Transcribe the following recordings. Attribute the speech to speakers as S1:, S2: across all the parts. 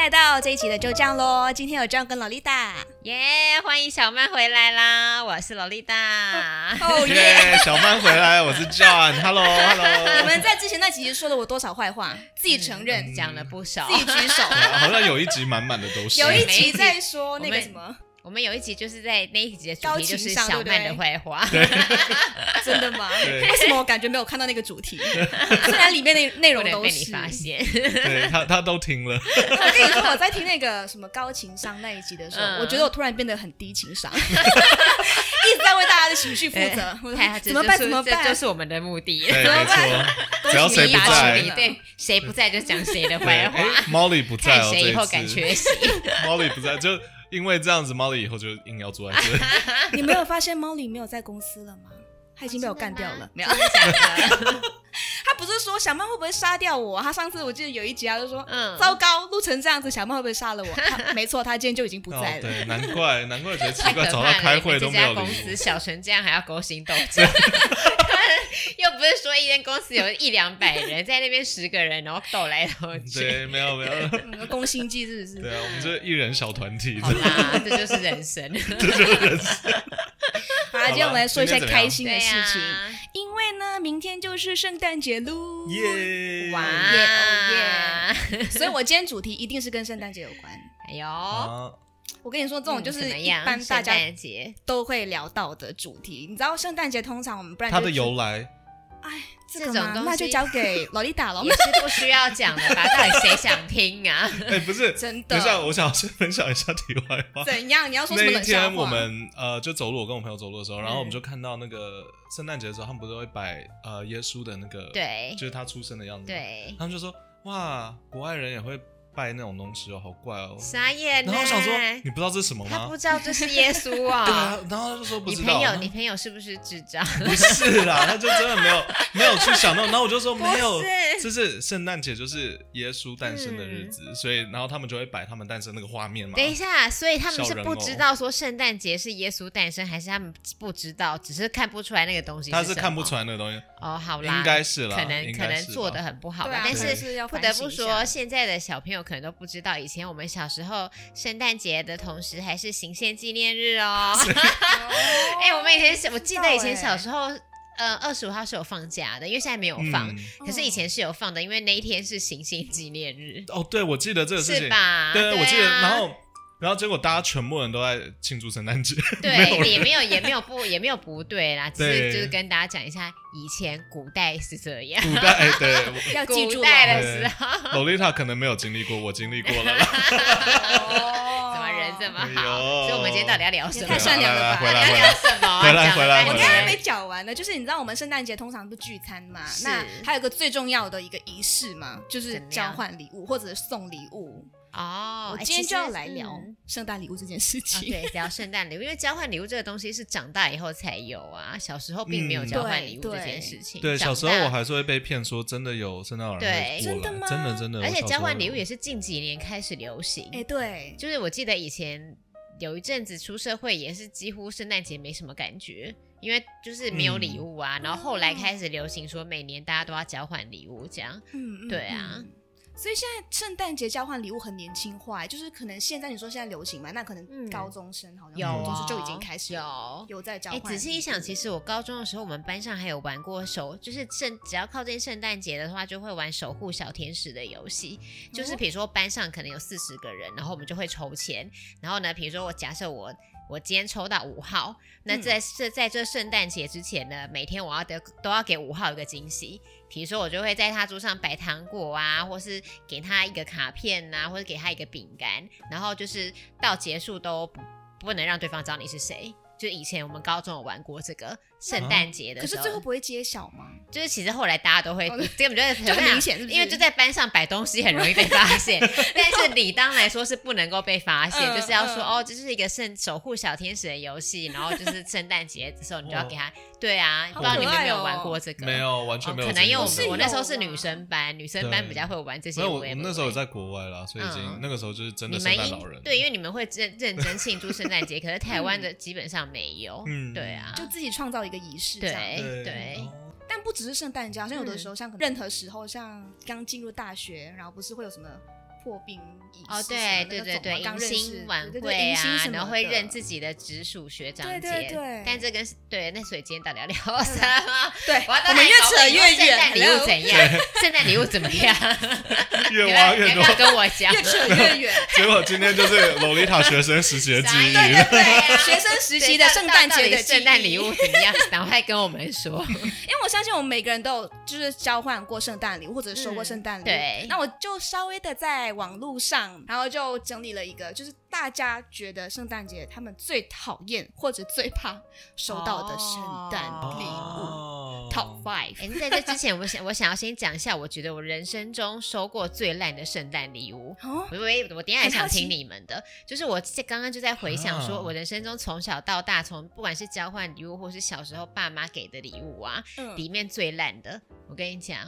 S1: 来到这一集的就这样喽。今天有 John 跟 Lolita，
S2: 耶欢迎小曼回来啦！我是洛丽达，
S1: 哦耶！
S3: 耶小曼回来，我是 John，Hello，Hello，
S1: 你们在之前那几集说了我多少坏
S2: 嗯
S1: 话，自己承认，
S2: 讲了不少
S1: 自。己举 手。
S3: 好像有一集满满的都是，
S1: 有一
S2: 每一
S1: 集
S2: 集
S1: 在说那个
S2: 我们
S1: 什么，
S2: 我们有一集就是在那一集的
S1: 高
S2: 主题
S1: 情
S2: 就是
S1: 上
S2: 小曼
S1: 对不对
S2: 的坏话，
S1: 真的 吗？
S3: 对
S1: 为什么我感觉没有看到那个主题？虽然里面的内
S2: 有
S1: 容
S2: 点
S1: 都
S2: 被你
S1: 是。
S2: 发现。
S3: 对他他都听了，
S1: 我跟你说，我在听那个什么高情商那一集的时候，
S2: 嗯
S1: 我觉得我突然变得很低情 商，一直在为大家的情绪负责。我
S2: 哎太
S1: 说
S2: 好这
S1: 怎么办？
S2: 就是
S1: 怎么
S2: 这就
S1: 办？
S2: 是我们的目的。
S3: 对，没错，只要谁不
S1: 恭喜
S2: 打
S1: 你
S2: 击
S3: 在
S2: 你，，对，谁不在就讲谁的
S3: 对，
S2: 坏
S3: 哎
S2: 话，
S3: ，Molly 不在
S2: 看
S3: 哦，
S2: 谁以后敢
S3: 这一
S2: 缺
S3: 次
S2: 席。
S3: ，Molly 不在，就因为这样子，Molly 以后就硬要坐在这里，哦
S1: 你没有发现猫里没有在公司了 吗？他已经被我干掉了。
S2: 没有讲的，
S1: 他不是说小曼会不会杀掉我？他上次我记得有一集啊，他就说，
S2: 嗯
S1: 糟糕，录成这样子，小曼会不会杀了我？他没错，他今天就已经不在
S3: 哦，
S1: 了。
S3: 对，难怪难怪觉得奇
S2: 太可
S3: 怪，
S2: 怕
S3: 找
S2: 了
S3: 他！开会都没有
S2: 你
S3: 理
S2: 们这家公
S3: 我
S2: 司，小成这样还要勾心斗角， 又不是说一间公司有一两百人，在那边十个人，然后斗来斗去。
S3: 对，没有没有，
S1: 嗯，攻心计是不是？
S3: 对啊，我们这一人小团体，
S2: 好啦，这就是人生。
S1: 好啦，今天我们来说一下开心的
S2: 对
S1: 事
S2: 呀、
S1: 情，因为呢，明天就是圣诞节喽。
S3: 耶，
S2: 哇
S1: 哦所以我今天主题一定是跟圣诞节有关。
S2: 哎呦，
S3: 啊，
S1: 我跟你说，这种就是
S2: 嗯怎么
S1: 一
S2: 样？
S1: 般大
S2: 圣
S1: 家
S2: 诞节
S1: 都会聊到的主题。你知道圣诞节通常我们不然
S3: 它的
S1: 就是
S3: 由来，
S1: 这个
S2: 这种
S1: 吗
S2: 东？西
S1: 那就交给老丽 打了。
S2: 也是不需要讲的吧？到底谁想听啊？
S3: 哎，不是，
S1: 真
S3: 等一下，
S1: 的？
S3: 我想先分享一下题外话，
S1: 怎样？你要说什
S3: 那
S1: 么
S3: 一
S1: 冷笑
S3: 天
S1: 话？
S3: 我们呃就走路，我跟我朋友走路的时候，然后我们
S2: 嗯
S3: 就看到那个圣诞节的时候，他们不是会摆呃耶稣的那个，
S2: 对
S3: 就是他出生的样 子，，
S2: 对，
S3: 他们就说哇，国外人也会拜那种东西哦，好怪哦。
S2: 傻眼、欸。
S3: 然后我想说，你不知道这是什么
S2: 他
S3: 吗
S2: 不？知道这是耶稣 啊、
S3: 对啊，然后他就说不
S2: 你
S3: 知
S2: 朋
S3: 道，啊
S2: 友，
S3: 然后
S2: 你朋友是不是智 障？
S3: 不是啦，他就真的没有没有去 想到，然后我就说没有
S2: 不是，
S3: 这是圣诞节，就是耶稣诞生的日子，所以然后他们就会摆他们诞生那个画面嘛
S2: 等。一下，所以他们嗯是
S3: 小人
S2: 不知
S3: 偶
S2: 道说圣诞节是耶稣诞生，还是他们不知道，只是看不出来那个东西
S3: 他
S2: 是
S3: 是
S2: 什
S3: 看不
S2: 么
S3: 出来那个东西，
S2: 哦，好啦，
S3: 应该是啦，
S2: 可能
S3: 应
S2: 可
S3: 该
S2: 能
S3: 是
S2: 做
S3: 吧
S2: 的很不好
S1: 对
S2: 吧
S1: 啊，，
S2: 但
S1: 这个
S2: 是
S1: 是要
S2: 不
S1: 反
S2: 得
S1: 省
S2: 不
S1: 一下
S2: 说， 现在的小朋友可能都不知道，以前我们小时候圣诞节的同时还是行宪纪念日哦。哎、我们以前是我记得
S1: 欸
S2: 以前
S1: 哦
S2: 小时候，呃，二十五号是有放假的，因为现在没有放，
S3: 嗯
S2: 可是以
S1: 哦
S2: 前是有放的，因为那一天是行宪纪念日，
S3: 哦，对，我记得这个事情，
S2: 是吧？
S3: 对，我记得，
S2: 啊
S3: 然后。然后结果大家全部人都在庆祝圣诞节，没有
S2: 对，
S3: 人
S2: 也没有也没有不也没有不对啦，只
S3: 对
S2: 是就是跟大家讲一下，以前古代是这样，
S3: 古代哎 对，
S1: 要记
S2: 古
S1: 住
S2: 代
S1: 了。
S2: 的时候，
S3: 洛丽塔可能没有经历过，我经历过 了啦。
S1: 哦
S2: 怎么人这么
S3: 哎
S2: 好？
S3: 呦
S2: 所以我们今天到底要聊什
S1: 也
S2: 么？
S1: 太善良了吧
S3: 回来
S2: 要
S3: 回
S2: 聊
S3: 来，
S2: 什么啊？
S3: 回
S2: 讲
S3: 来
S2: 了
S3: 回来
S2: 半
S1: 我刚
S2: 天
S1: 刚还没讲完呢，就是你知道我们圣诞节通常不聚餐嘛，
S2: 是
S1: 那还有一个最重要的一个仪式嘛，就是
S2: 怎么
S1: 交
S2: 样
S1: 换礼物或者是送礼物。
S2: 哦
S1: 我，
S2: 哎
S1: 今天
S2: 其
S1: 就要
S2: 实
S1: 来聊
S2: 嗯
S1: 圣诞礼物这件事
S2: 啊
S1: 情。
S2: 对，聊圣诞礼物，因为交换礼物这个东西是长大以后才有啊，小时候并没有
S3: 嗯
S2: 交换
S1: 对
S2: 礼物这
S1: 对
S2: 件事情。
S3: 对，
S2: 长
S3: 小时候
S2: 大
S3: 我还是会被骗说真的有圣诞老人
S2: 对
S3: 会过
S1: 真
S3: 来，
S1: 的吗
S3: 真的真的，
S2: 而且
S3: 我小时候
S2: 交换礼物也
S3: 有
S2: 是近几年开始流行。
S1: 哎，对，
S2: 就是我记得以前有一阵子出社会，也是几乎圣诞节没什么感觉，因为就是没有
S3: 嗯
S2: 礼物啊。然后后来开始流行说每年大家都要交换礼物这样。
S1: 嗯，嗯
S2: 对啊
S1: 嗯所以现在圣诞节交换礼物很年轻化，欸就是可能现在你说现在流行嘛，那可能
S2: 嗯
S1: 高中生好像
S2: 有
S1: 高中
S2: 啊
S1: 生就已经开始
S2: 有。
S1: 有在交
S2: 哎，
S1: 换。
S2: 仔细一想，其实我高中的时候，我们班上还有玩过守，就是圣只要靠近圣诞节的话，就会玩守护小天使的游戏。就是比如说班上可能有四十个人，然后我们就会抽签。然后呢，比如说我假设我我今天抽到五号，那
S1: 嗯
S2: 在这、在这圣诞节之前呢，每天我要得都要给五号一个惊喜。比如说我就会在他桌上摆糖果啊，或是给他一个卡片呐、或者给他一个饼干，然后就是到结束都不不能让对方知道你是谁。就以前我们高中有玩过这个圣诞节的
S1: 啊可是
S2: 时候，
S1: 最后不会揭晓吗？
S2: 就是其实后来大家都会
S1: 哦对，
S2: 这个就是
S1: 就很明显是不是
S2: 因为就在班上摆东西很容易被发 现，但是理当来说是不能够被发现，
S1: 嗯
S2: 就是要说
S1: 嗯
S2: 哦，这是一个圣守护小天使的游戏，然后就是圣诞节的时候你就
S1: 哦
S2: 要给他，对啊，
S1: 好
S2: 不知道你们有
S1: 可爱
S2: 没
S1: 哦
S2: 有玩过这个？
S3: 没
S2: 哦，
S3: 有完全没有
S2: 可
S3: 经历过，
S2: 能因为我
S1: 是
S2: 们我那时候是
S1: 有啊
S2: 女生班，女生班比较会玩这些
S3: 没有我
S2: 微
S3: 我
S2: 博
S3: 那时候有在国外啦，所以已
S2: 嗯
S3: 经那个时候就是真的
S2: 你
S3: 圣
S2: 们
S3: 诞
S2: 应
S3: 老人，
S2: 对，因为你们会认认真庆祝圣诞节，可是台湾的基本上没有，
S3: 嗯
S2: 对啊，
S1: 就自己创造一个仪式这
S2: 对嗯
S1: 样。
S2: 哎对
S3: 哦
S1: 但不只是圣诞节，好像有的时候像任何时候，像刚进入大学，然后不是会有什么破冰仪式什么
S2: 哦，对
S1: 的
S2: 对
S1: 那
S2: 对
S1: 种
S2: 对，
S1: 我刚
S2: 迎
S1: 认识
S2: 新晚
S1: 对对对
S2: 会
S1: 迎新
S2: 啊
S1: 什，么
S2: 然后会
S1: 的
S2: 认自己的直属学长
S1: 对
S2: 姐。
S1: 对对
S2: 但这跟对，那所以今天到底要聊什 么？
S1: 对，
S2: 我要
S1: 我们越扯越
S2: 圣
S1: 远
S2: 诞礼
S1: ，hello
S2: 物怎样？圣诞礼物怎么样？
S3: 哦越
S2: 你
S3: 挖
S2: 们要不
S3: 越多，
S2: 要跟我讲？
S1: 越扯越远。
S3: 结果今天就是洛丽塔学生时期的记忆。
S2: 啥意思 对啊
S1: 学生时期的
S2: 对
S1: 圣诞
S2: 到到
S1: 节
S2: 底
S1: 的记忆
S2: 圣诞礼物怎么样？赶快跟我 们说。
S1: 因为我相信我们每个人都有就是交换过圣诞礼物，或者收过圣诞礼物。
S2: 嗯对
S1: 那我就稍微的在网络上，然后就整理了一个，就是大家觉得圣诞节他们最讨厌或者最怕收到的圣诞礼
S2: 哦
S1: 物。Top
S3: 哦
S1: five，
S2: 哎，在这之前，我想我想要先讲一下，我觉得我人生中收过最烂的圣诞礼物。
S1: 哦，
S2: 我我我等一下也
S1: 很
S2: 想
S1: 好奇
S2: 听你们的，就是我这刚刚就在回想说，
S3: 啊
S2: 我人生中从小到大，从不管是交换礼物，或是小时候爸妈给的礼物啊，
S1: 嗯，
S2: 里面最烂的，我跟你讲，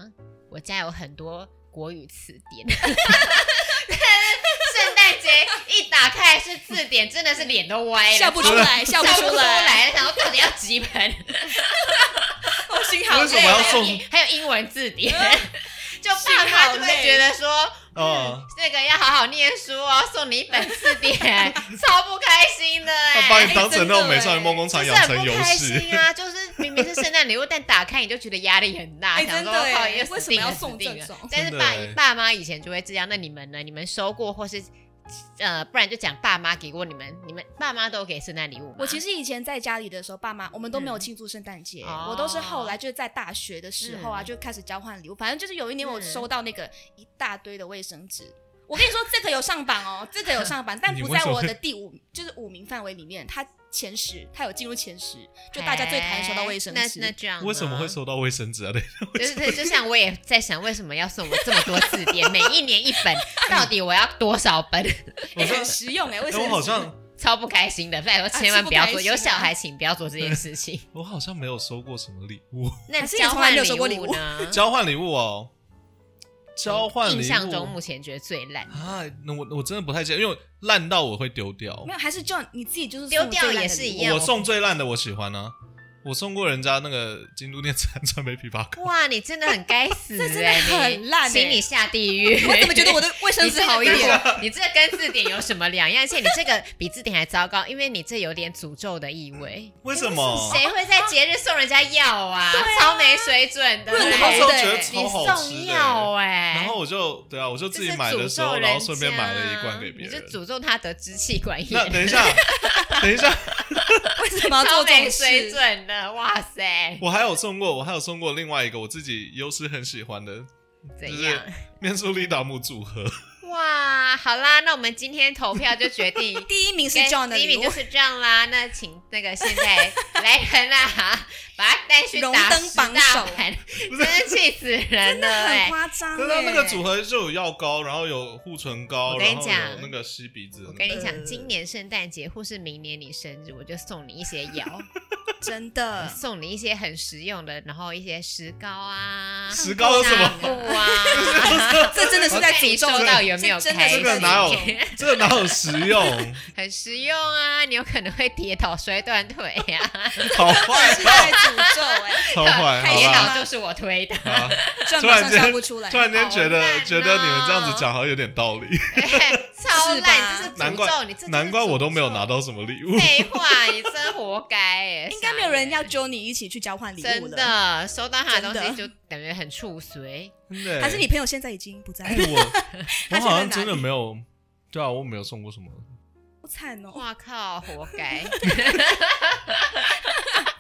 S2: 我家有很多国语词典。 圣诞节一打开是字典，真的是脸都歪了，
S1: 笑不出来，笑
S2: 笑
S1: 不出
S2: 不出
S1: 来，
S2: 来，然后到底要几本？
S1: 我心好
S3: 为什么要
S1: 累。
S2: 还有
S3: 送
S2: 英 还有英文字典，
S1: 嗯
S2: 就爸妈就
S1: 幸好
S2: 会
S1: 累
S2: 觉得说，嗯
S3: 哦，
S2: 那个要好好念书哦，送你一本字 典，超不开心的哎、
S3: 他把你当成那种美少女梦工
S2: 就
S3: 厂
S2: 是
S3: 养
S2: 很
S3: 成
S2: 不
S3: 游
S2: 开
S3: 戏，
S2: 心啊！就是明明是圣诞礼物，但打开你就觉得压力很 大，
S1: 哎
S2: 想
S1: 真
S2: 说
S1: 的
S2: 靠，
S1: 哎
S2: 又
S1: 为什么
S2: 死定
S1: 要
S2: 了，死
S1: 送
S2: 定
S1: 这
S2: 了
S1: 种。
S2: 但是
S3: 真的
S2: 爸
S3: 哎
S2: 爸妈以前就会这样，那你们呢？你们收过或是呃，不然就讲爸妈给过你们，你们爸妈都给圣诞礼物吗？
S1: 我其实以前在家里的时候，爸妈我们都没有
S2: 嗯
S1: 庆祝圣诞节，
S2: 哦
S1: 我都是后来就是在大学的时候啊，
S2: 嗯
S1: 就开始交换礼物。反正就是有一年我
S2: 嗯
S1: 收到那个一大堆的卫生纸，我跟你说这个有上榜哦，这个有上 榜，但
S3: 你
S1: 不
S3: 为
S1: 在
S3: 什么
S1: 我的第五就是五名范围里面，它前十，它有进入前十，就大家最讨厌收到卫生
S2: 哎
S1: 纸。
S2: 那那这样呢
S3: 为什么会？收到卫生纸 啊？对，
S2: 就是对就像我也在想，为什么要送我这么多 字典，每一年一本，到底我要多少本？
S3: 我
S1: 欸
S3: 说
S1: 很，实用哎、卫
S3: 哎
S1: 生纸。
S3: 我好像
S2: 超不开心的，拜托千万
S1: 是不
S2: 不要
S1: 开
S2: 做，
S1: 心
S2: 有
S1: 啊
S2: 小孩请不要做这件事情。
S3: 我好像没有收过什么礼物，
S2: 那
S1: 还是你
S2: 交
S1: 从来
S2: 换
S1: 没有收过礼
S2: 物
S1: 物
S2: 呢？
S3: 交换礼物哦，交换礼
S2: 嗯
S3: 物。
S2: 印象中目前觉得最烂，
S3: 啊，那我我真的不太记得，因为烂到我会丢掉。
S1: 没有，还是 John 你自己就是
S2: 丢掉
S1: 送最烂
S2: 也
S1: 的
S2: 是
S1: 礼物
S2: 一样哦
S3: 我送最烂的我喜欢啊，我送过人家那个京都电子hand 川杯枇杷 膏，
S2: 哇，你真的很该死、欸，
S1: 这真的很烂欸
S2: 请你下地狱。
S1: 我怎么觉得我的卫生
S2: 你
S1: 纸
S2: 这个
S1: 好一
S2: 跟
S1: 点？
S2: 我？你这个跟字典有什么两样？而且你这个比字典还糟糕，因为你这有点诅咒的意味。
S3: 为什么？
S2: 谁会在节日送人家药啊？超没水准的、
S1: 不
S3: 我
S1: 能
S2: 对
S3: 那时候
S1: 对
S3: 觉得
S2: 你
S3: 超好吃
S2: 送
S3: 的欸、
S2: 药哎、
S3: 然后我就对啊，我就
S2: 这
S3: 自己
S2: 是
S3: 买的时
S2: 诅
S3: 候，
S2: 咒
S3: 然后
S2: 人
S3: 顺便
S2: 家
S3: 买了一罐给别
S2: 你
S3: 人
S2: 就。诅咒他得支气管
S3: 那
S2: 炎，
S3: 等一下， 等一下，
S1: 为什么要
S2: 超
S1: 做这
S2: 没
S1: 种
S2: 水
S1: 事？
S2: 准的，哇塞，
S3: 我还有送过，我还有送过另外一个我自己优师很喜欢的
S2: 怎样？
S3: 面素力达姆组合。
S2: 哇，好啦，那我们今天投票就决定跟。
S1: 第一名是 John 的
S2: 第一
S1: 礼
S2: 名
S1: 物
S2: 就，是这样啦，那请那个现在 来人啦、把他带去
S1: 荣
S2: 打
S1: 登
S2: 十
S1: 榜
S2: 大
S1: 首
S2: 盘，真是气死人了
S1: 很
S2: 哎、
S1: 夸张、欸。
S3: 但它那个组合就有药膏，然后有护唇膏，
S2: 我跟你
S3: 然后
S2: 讲
S3: 有那个吸鼻子的
S2: 我
S3: 那
S2: 跟
S3: 个。
S2: 你讲，
S1: 呃
S2: 今年圣诞节或是明年你生日，我就送你 一些药，呃
S1: 真 的，
S2: 送你一些很实用的，然后一些石膏啊，
S3: 石膏有什么
S2: 纱布啊，
S1: 这真的是在诅咒欸
S2: 我看你收到有没有
S1: 这真
S2: 开
S1: 的
S2: 心
S1: 是
S3: 这
S1: 在诅咒欸
S3: 个哪有？这个哪有实 用？
S2: 很实用啊，你有可能会跌倒摔断腿呀、啊，
S3: 好坏
S1: 是，在诅咒哎、
S3: 超 坏，
S1: 太
S3: 好
S2: 跌
S1: 严
S3: 吧
S1: 了
S2: 倒就是我推的。
S3: 好吧。
S1: 欸这
S3: 突
S1: 马
S3: 然
S1: 上笑
S3: 间
S1: 不出来。
S3: 突然间觉得
S2: 好烂哦
S3: 觉得你们这样子讲好像有点道理，
S2: 哎超
S1: 是
S2: 烂，
S1: 吧
S2: 这是
S3: 难
S2: 诅咒！
S3: 怪
S2: 你这
S3: 难怪我都没有拿
S2: 到。
S3: 到什 么礼物。
S2: 废话，你真活该哎！
S1: 应该没有人要
S2: 傻
S1: 揪你一起去交换礼
S2: 眼
S1: 物
S2: 真
S1: 了。
S2: 的收到他的东西
S1: 真
S2: 就感觉很触随。
S3: 真的欸
S1: 还是你朋友现在已经不在
S3: 哎
S1: 了，
S3: 我我
S1: 他现在
S3: 好像
S1: 哪
S3: 真的
S1: 里
S3: 没有，对啊，我没有送过什么。
S1: 好惨哦！
S2: 哇靠，活 该！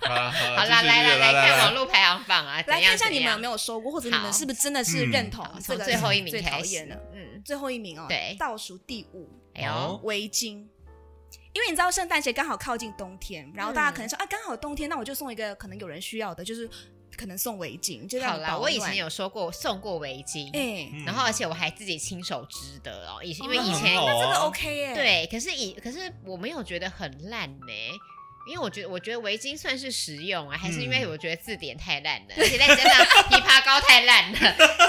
S3: 好啦
S2: 好
S3: 好
S2: 啦，来来
S3: 来
S2: 来，看网
S3: 来，
S2: 络排行榜啊，
S1: 来
S2: 怎样
S1: 看一下你们有
S2: 怎样
S1: 没有收过，或者你
S2: 好
S1: 们是不是真的是
S3: 嗯
S1: 认同
S2: 好
S1: 这
S2: 从
S1: 个
S2: 最后一名
S1: 最讨
S2: 开
S1: 厌
S2: 始
S1: 的？。
S2: 嗯，
S1: 最后一名哦，
S2: 对
S1: 倒数第五，
S2: 哎呦
S3: 哦，
S1: 围巾。因为你知道圣诞节刚好靠近冬天，然后大家可能
S2: 嗯
S1: 说、啊，刚好冬天，那我就送一个可能有人需要的，就是可能送围巾，就让
S2: 好
S1: 你
S2: 啦，
S1: 保
S2: 我以前
S1: 暖，
S2: 有收过送过围巾，
S1: 哎、
S3: 嗯
S2: 然后而且我还自己亲手织的哦，以因为
S1: 哦
S2: 以
S1: 那
S2: 前
S3: 很好
S1: 那这个
S3: 哦
S1: OK 耶、，
S2: 对，可是以可是我没有觉得很烂呢。因为我觉得，我觉得围巾算是实用啊，还是因
S3: 嗯
S2: 为我觉得字典太烂了，而且再加上枇杷膏太烂了，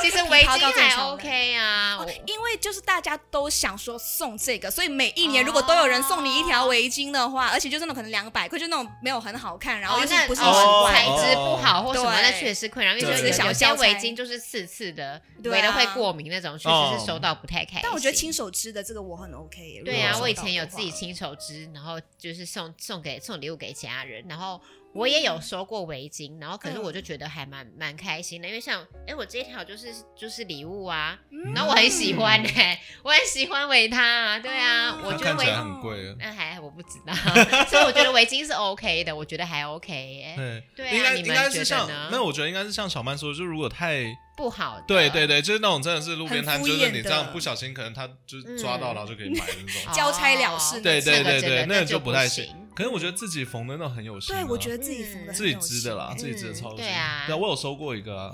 S2: 其实 围
S1: 枇杷膏
S2: 巾
S1: 正
S2: 还
S1: 常
S2: OK 啊。
S1: 哦
S2: 我
S1: 因为就是大家都想说送这个，所以每一年如果都有人送你一条围巾的话，而且就那种可能两百块，就那种没有很好看，然后
S2: 哦
S1: 又是
S2: 那
S1: 不是
S3: 哦
S1: 很
S2: 哦
S1: 怪
S2: 材
S1: 的，
S2: 质不好或什么，
S1: 对
S2: 那确实是困扰，因为
S3: 对
S2: 就是有
S1: 小
S2: 些
S1: 教材
S2: 围巾就是刺刺的，
S1: 对啊哦
S2: 围了会过敏那种，确实是收到不太开心。
S1: 但我觉得亲手织的这个我很 OK 耶。如果
S2: 对啊，
S1: 收
S2: 我以
S1: 到
S2: 前
S1: 的
S2: 有
S1: 话
S2: 自己亲手织，然后就是送送给送礼物给家人，然后我也有收过围巾，然后可是我就
S3: 嗯
S2: 觉得还蛮蛮开心的，因为像哎我这一条就是就是礼物啊，
S1: 嗯
S2: 然后我很喜欢哎、我很喜欢围它啊，对啊
S1: 哦，
S2: 我
S3: 它
S2: 觉得
S3: 看起
S2: 围
S3: 来很贵。啊
S2: 那还我不知道， 所以我觉得围巾是 OK 的，我觉得还 OK 哎、
S3: 对，
S2: 对
S3: 嗯应
S2: 啊，
S3: 该
S2: 你
S3: 应
S2: 们
S3: 该
S2: 觉
S3: 是
S2: 得
S3: 像
S2: 呢？
S3: 那，我觉得应该是像小曼说，就如果太
S2: 不好的，
S3: 对对对，就是那种真的是路边摊，
S1: 很敷
S3: 就
S1: 衍
S3: 是你这
S1: 的
S3: 样不小心，可能他就是抓到，
S2: 嗯
S3: 然后就可以买的那
S2: 哦，
S3: 种。
S1: 交差了事
S3: 对对
S2: 这个
S3: 对
S2: 这
S3: 对
S2: 个，
S3: 那
S2: 那
S3: 个就
S2: 就
S3: 不太
S2: 行
S3: 行。可是我觉得自己缝的那种很有心啊，
S1: 对，我觉
S3: 得
S1: 得自己缝的
S2: 嗯
S1: 很
S3: 自己
S1: 有
S3: 织
S1: 心
S3: 的 啦，
S1: 耶
S3: 自己织的
S2: 嗯
S3: 超有
S2: 对
S3: 心
S2: 啊
S3: 对，我有收过一个啊，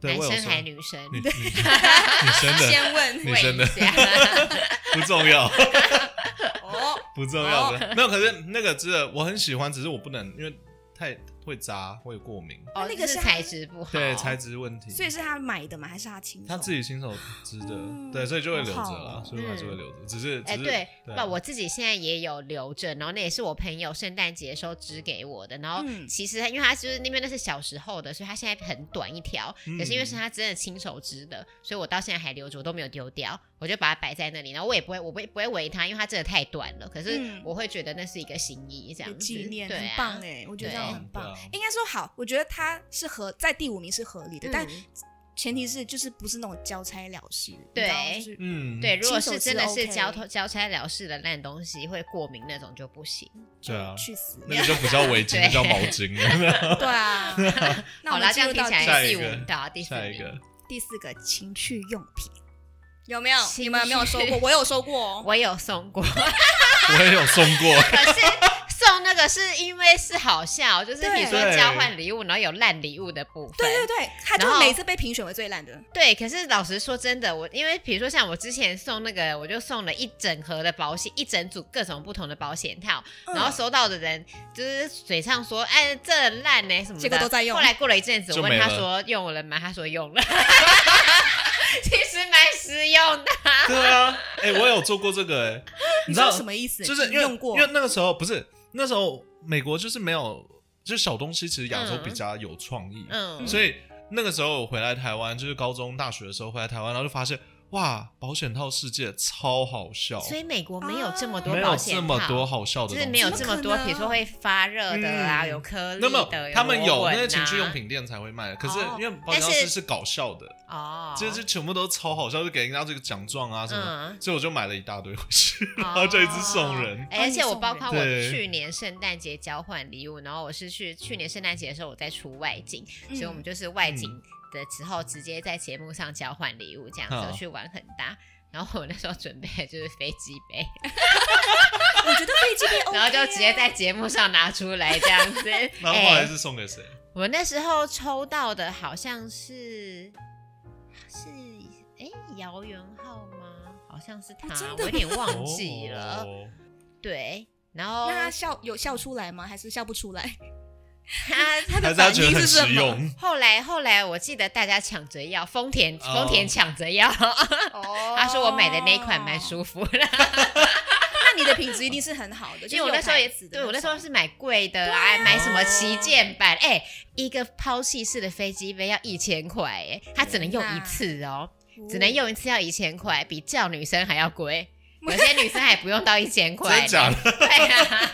S3: 对，
S2: 男
S3: 我有
S2: 生
S3: 收
S2: 还女生？
S3: 女 女女生的
S1: 先 问
S3: 女生的
S2: 问一 下哦
S3: 不重要。
S1: 哦，
S3: 不重要的。没有，可是那个真的我很喜欢，只是我不能，因为太会扎，会过敏。
S2: 哦，
S1: 那个
S2: 是
S1: 是
S2: 材质不好，
S3: 对，材质问题。
S1: 所以是他买的吗？还是他亲手？
S3: 他自己亲手织的，
S1: 嗯
S3: 对，所以就会留着
S1: 好好
S3: 啦
S1: 哦，
S3: 所以我还是会留着，只是只
S2: 哎，
S3: 是
S2: 对，
S3: 啊
S2: 不，我自己现在也有留着，然后那也是我朋友圣诞节的时候织给我的，然后
S1: 嗯
S2: 其实它因为它就是那边那是小时候的，所以它现在很短一条，
S3: 嗯
S2: 可是因为是他真的亲手织的，所以我到现在还留着，我都没有丢掉，我就把它摆在那里，然后我也不会，我不会不会围它，因为它真的太短了，可是
S1: 嗯
S2: 我会觉得那是一个心意，这样
S1: 有
S2: 子，
S1: 纪念，
S2: 对
S1: 很
S2: 啊，
S1: 棒哎，我觉得这样
S2: 对
S1: 很棒
S3: 对啊。
S1: 应该说好，我觉得他是合在第五名是合理的，但
S2: 嗯
S1: 前提是就是不是那种交差了事，
S2: 对
S1: 你知道就是
S3: 嗯，
S2: 对，如果
S1: 亲手
S2: 是
S1: 织
S2: 真的是
S1: OK
S2: 交头交差了事的烂东西，会过敏那种就不行。
S3: 对啊，
S1: 去死，
S3: 那个就不叫围巾，那叫毛巾。
S1: 对 啊。那
S2: 好
S1: 我
S2: 啦，
S1: 们
S2: 这
S1: 进
S2: 样
S1: 入
S2: 听
S1: 到
S2: 起
S1: 第
S3: 下
S2: 来
S3: 一
S2: 第
S3: 个
S2: 五名到第四
S3: 下一
S2: 名，
S3: 个，
S1: 第四个情趣用品，有没有？
S2: 情
S1: 你们有没有收过？我有收过哦。
S2: 我有送过，
S3: 我也有送 过，
S2: 可是送那个是因为是好笑，就是
S1: 对
S2: 比如说交换礼物，然后有烂礼物的部分。
S1: 对对对，他就
S2: 然后
S1: 每次被评选为最烂的。
S2: 对可是老实说真的，我因为比如说像我之前送那个，我就送了一整盒的保险，一整组各种不同的保险套，
S1: 嗯
S2: 然后收到的人就是嘴上说哎这很烂呢、什么的，
S1: 结果都在用
S2: 后来过了一阵子，
S3: 就
S2: 我
S3: 没
S2: 问他
S3: 了
S2: 说用了吗？他说用 了。其实蛮实用的，
S3: 对啊，哎，我有做过这个，哎，你知道
S1: 什么意思？
S3: 就是
S1: 你
S3: 因为
S1: 用过嗯
S3: 因为那个时候不是那时候美国就是没有，就是小东西其实亚洲
S2: 嗯
S3: 比较有创意，
S2: 嗯，
S3: 所以那个时候我回来台湾，就是高中、大学的时候回来台湾，然后就发现哇，保险套世界超好笑，
S2: 所以美国没有这么多
S1: 啊
S3: 没
S2: 保
S3: 有
S2: 险
S3: 这
S2: 套，
S3: 么多好笑的
S2: 就
S3: 东西，
S2: 是没有这么
S1: 怎
S2: 多，
S1: 么可能啊
S2: 比如说会发热的啊，
S3: 嗯
S2: 有颗粒
S3: 那
S2: 的，
S3: 么他们
S2: 有
S3: 有
S2: 螺纹啊
S3: 那些情趣用品店才会卖，可是
S2: 哦
S3: 因为保险套
S2: 但是
S3: 是是搞笑的，
S2: 哦，
S3: 就是全部都超好笑，就给人家这个奖状啊什么，
S2: 嗯。
S3: 所以我就买了一大堆回去，
S2: 哦
S3: 然后就一直送人。
S2: 哎而且我包括我
S3: 对
S2: 去年圣诞节交换礼物，然后我是去去年圣诞节的时候我在出外景，
S1: 嗯
S2: 所以我们就是外景的时候直接在节目上交换礼物，这样
S3: 好
S2: 子去玩很大。然后我那时候准备的就是飞机杯，
S1: 我觉得飞机杯 OK 啊，
S2: 然后就直接在节目上拿出来这样子。哎
S3: 然后后来是送给谁？
S2: 我那时候抽到的好像是是哎姚元浩吗？好像是他，
S1: 哦真的吗
S2: 我有点忘记了。
S3: 哦
S2: 对，然后
S1: 那他笑有笑出来吗？还是笑不出 来？
S2: 他他
S3: 还
S2: 的
S3: 是他
S2: 反
S3: 觉得
S2: 应
S3: 很
S2: 是什么？
S3: 实用，
S2: 后来后来我记得大家抢着要，丰田
S3: 哦
S2: 丰田抢着要，
S1: 哦
S2: 他说我买的那一款蛮舒服的，
S1: 那你的品质一定是很好的，
S2: 因为我那时候也
S1: 就是有牌子的
S2: 对我那时
S1: 种哦
S2: 候是买贵的啊，买什么旗舰版，哎、一个抛弃式的飞机杯要一千块，哎，它只能用一次哦。只能用一次要一千块，比叫女生还要贵。 有些女生还不用到一千块，
S3: 真假的？
S2: 对啊，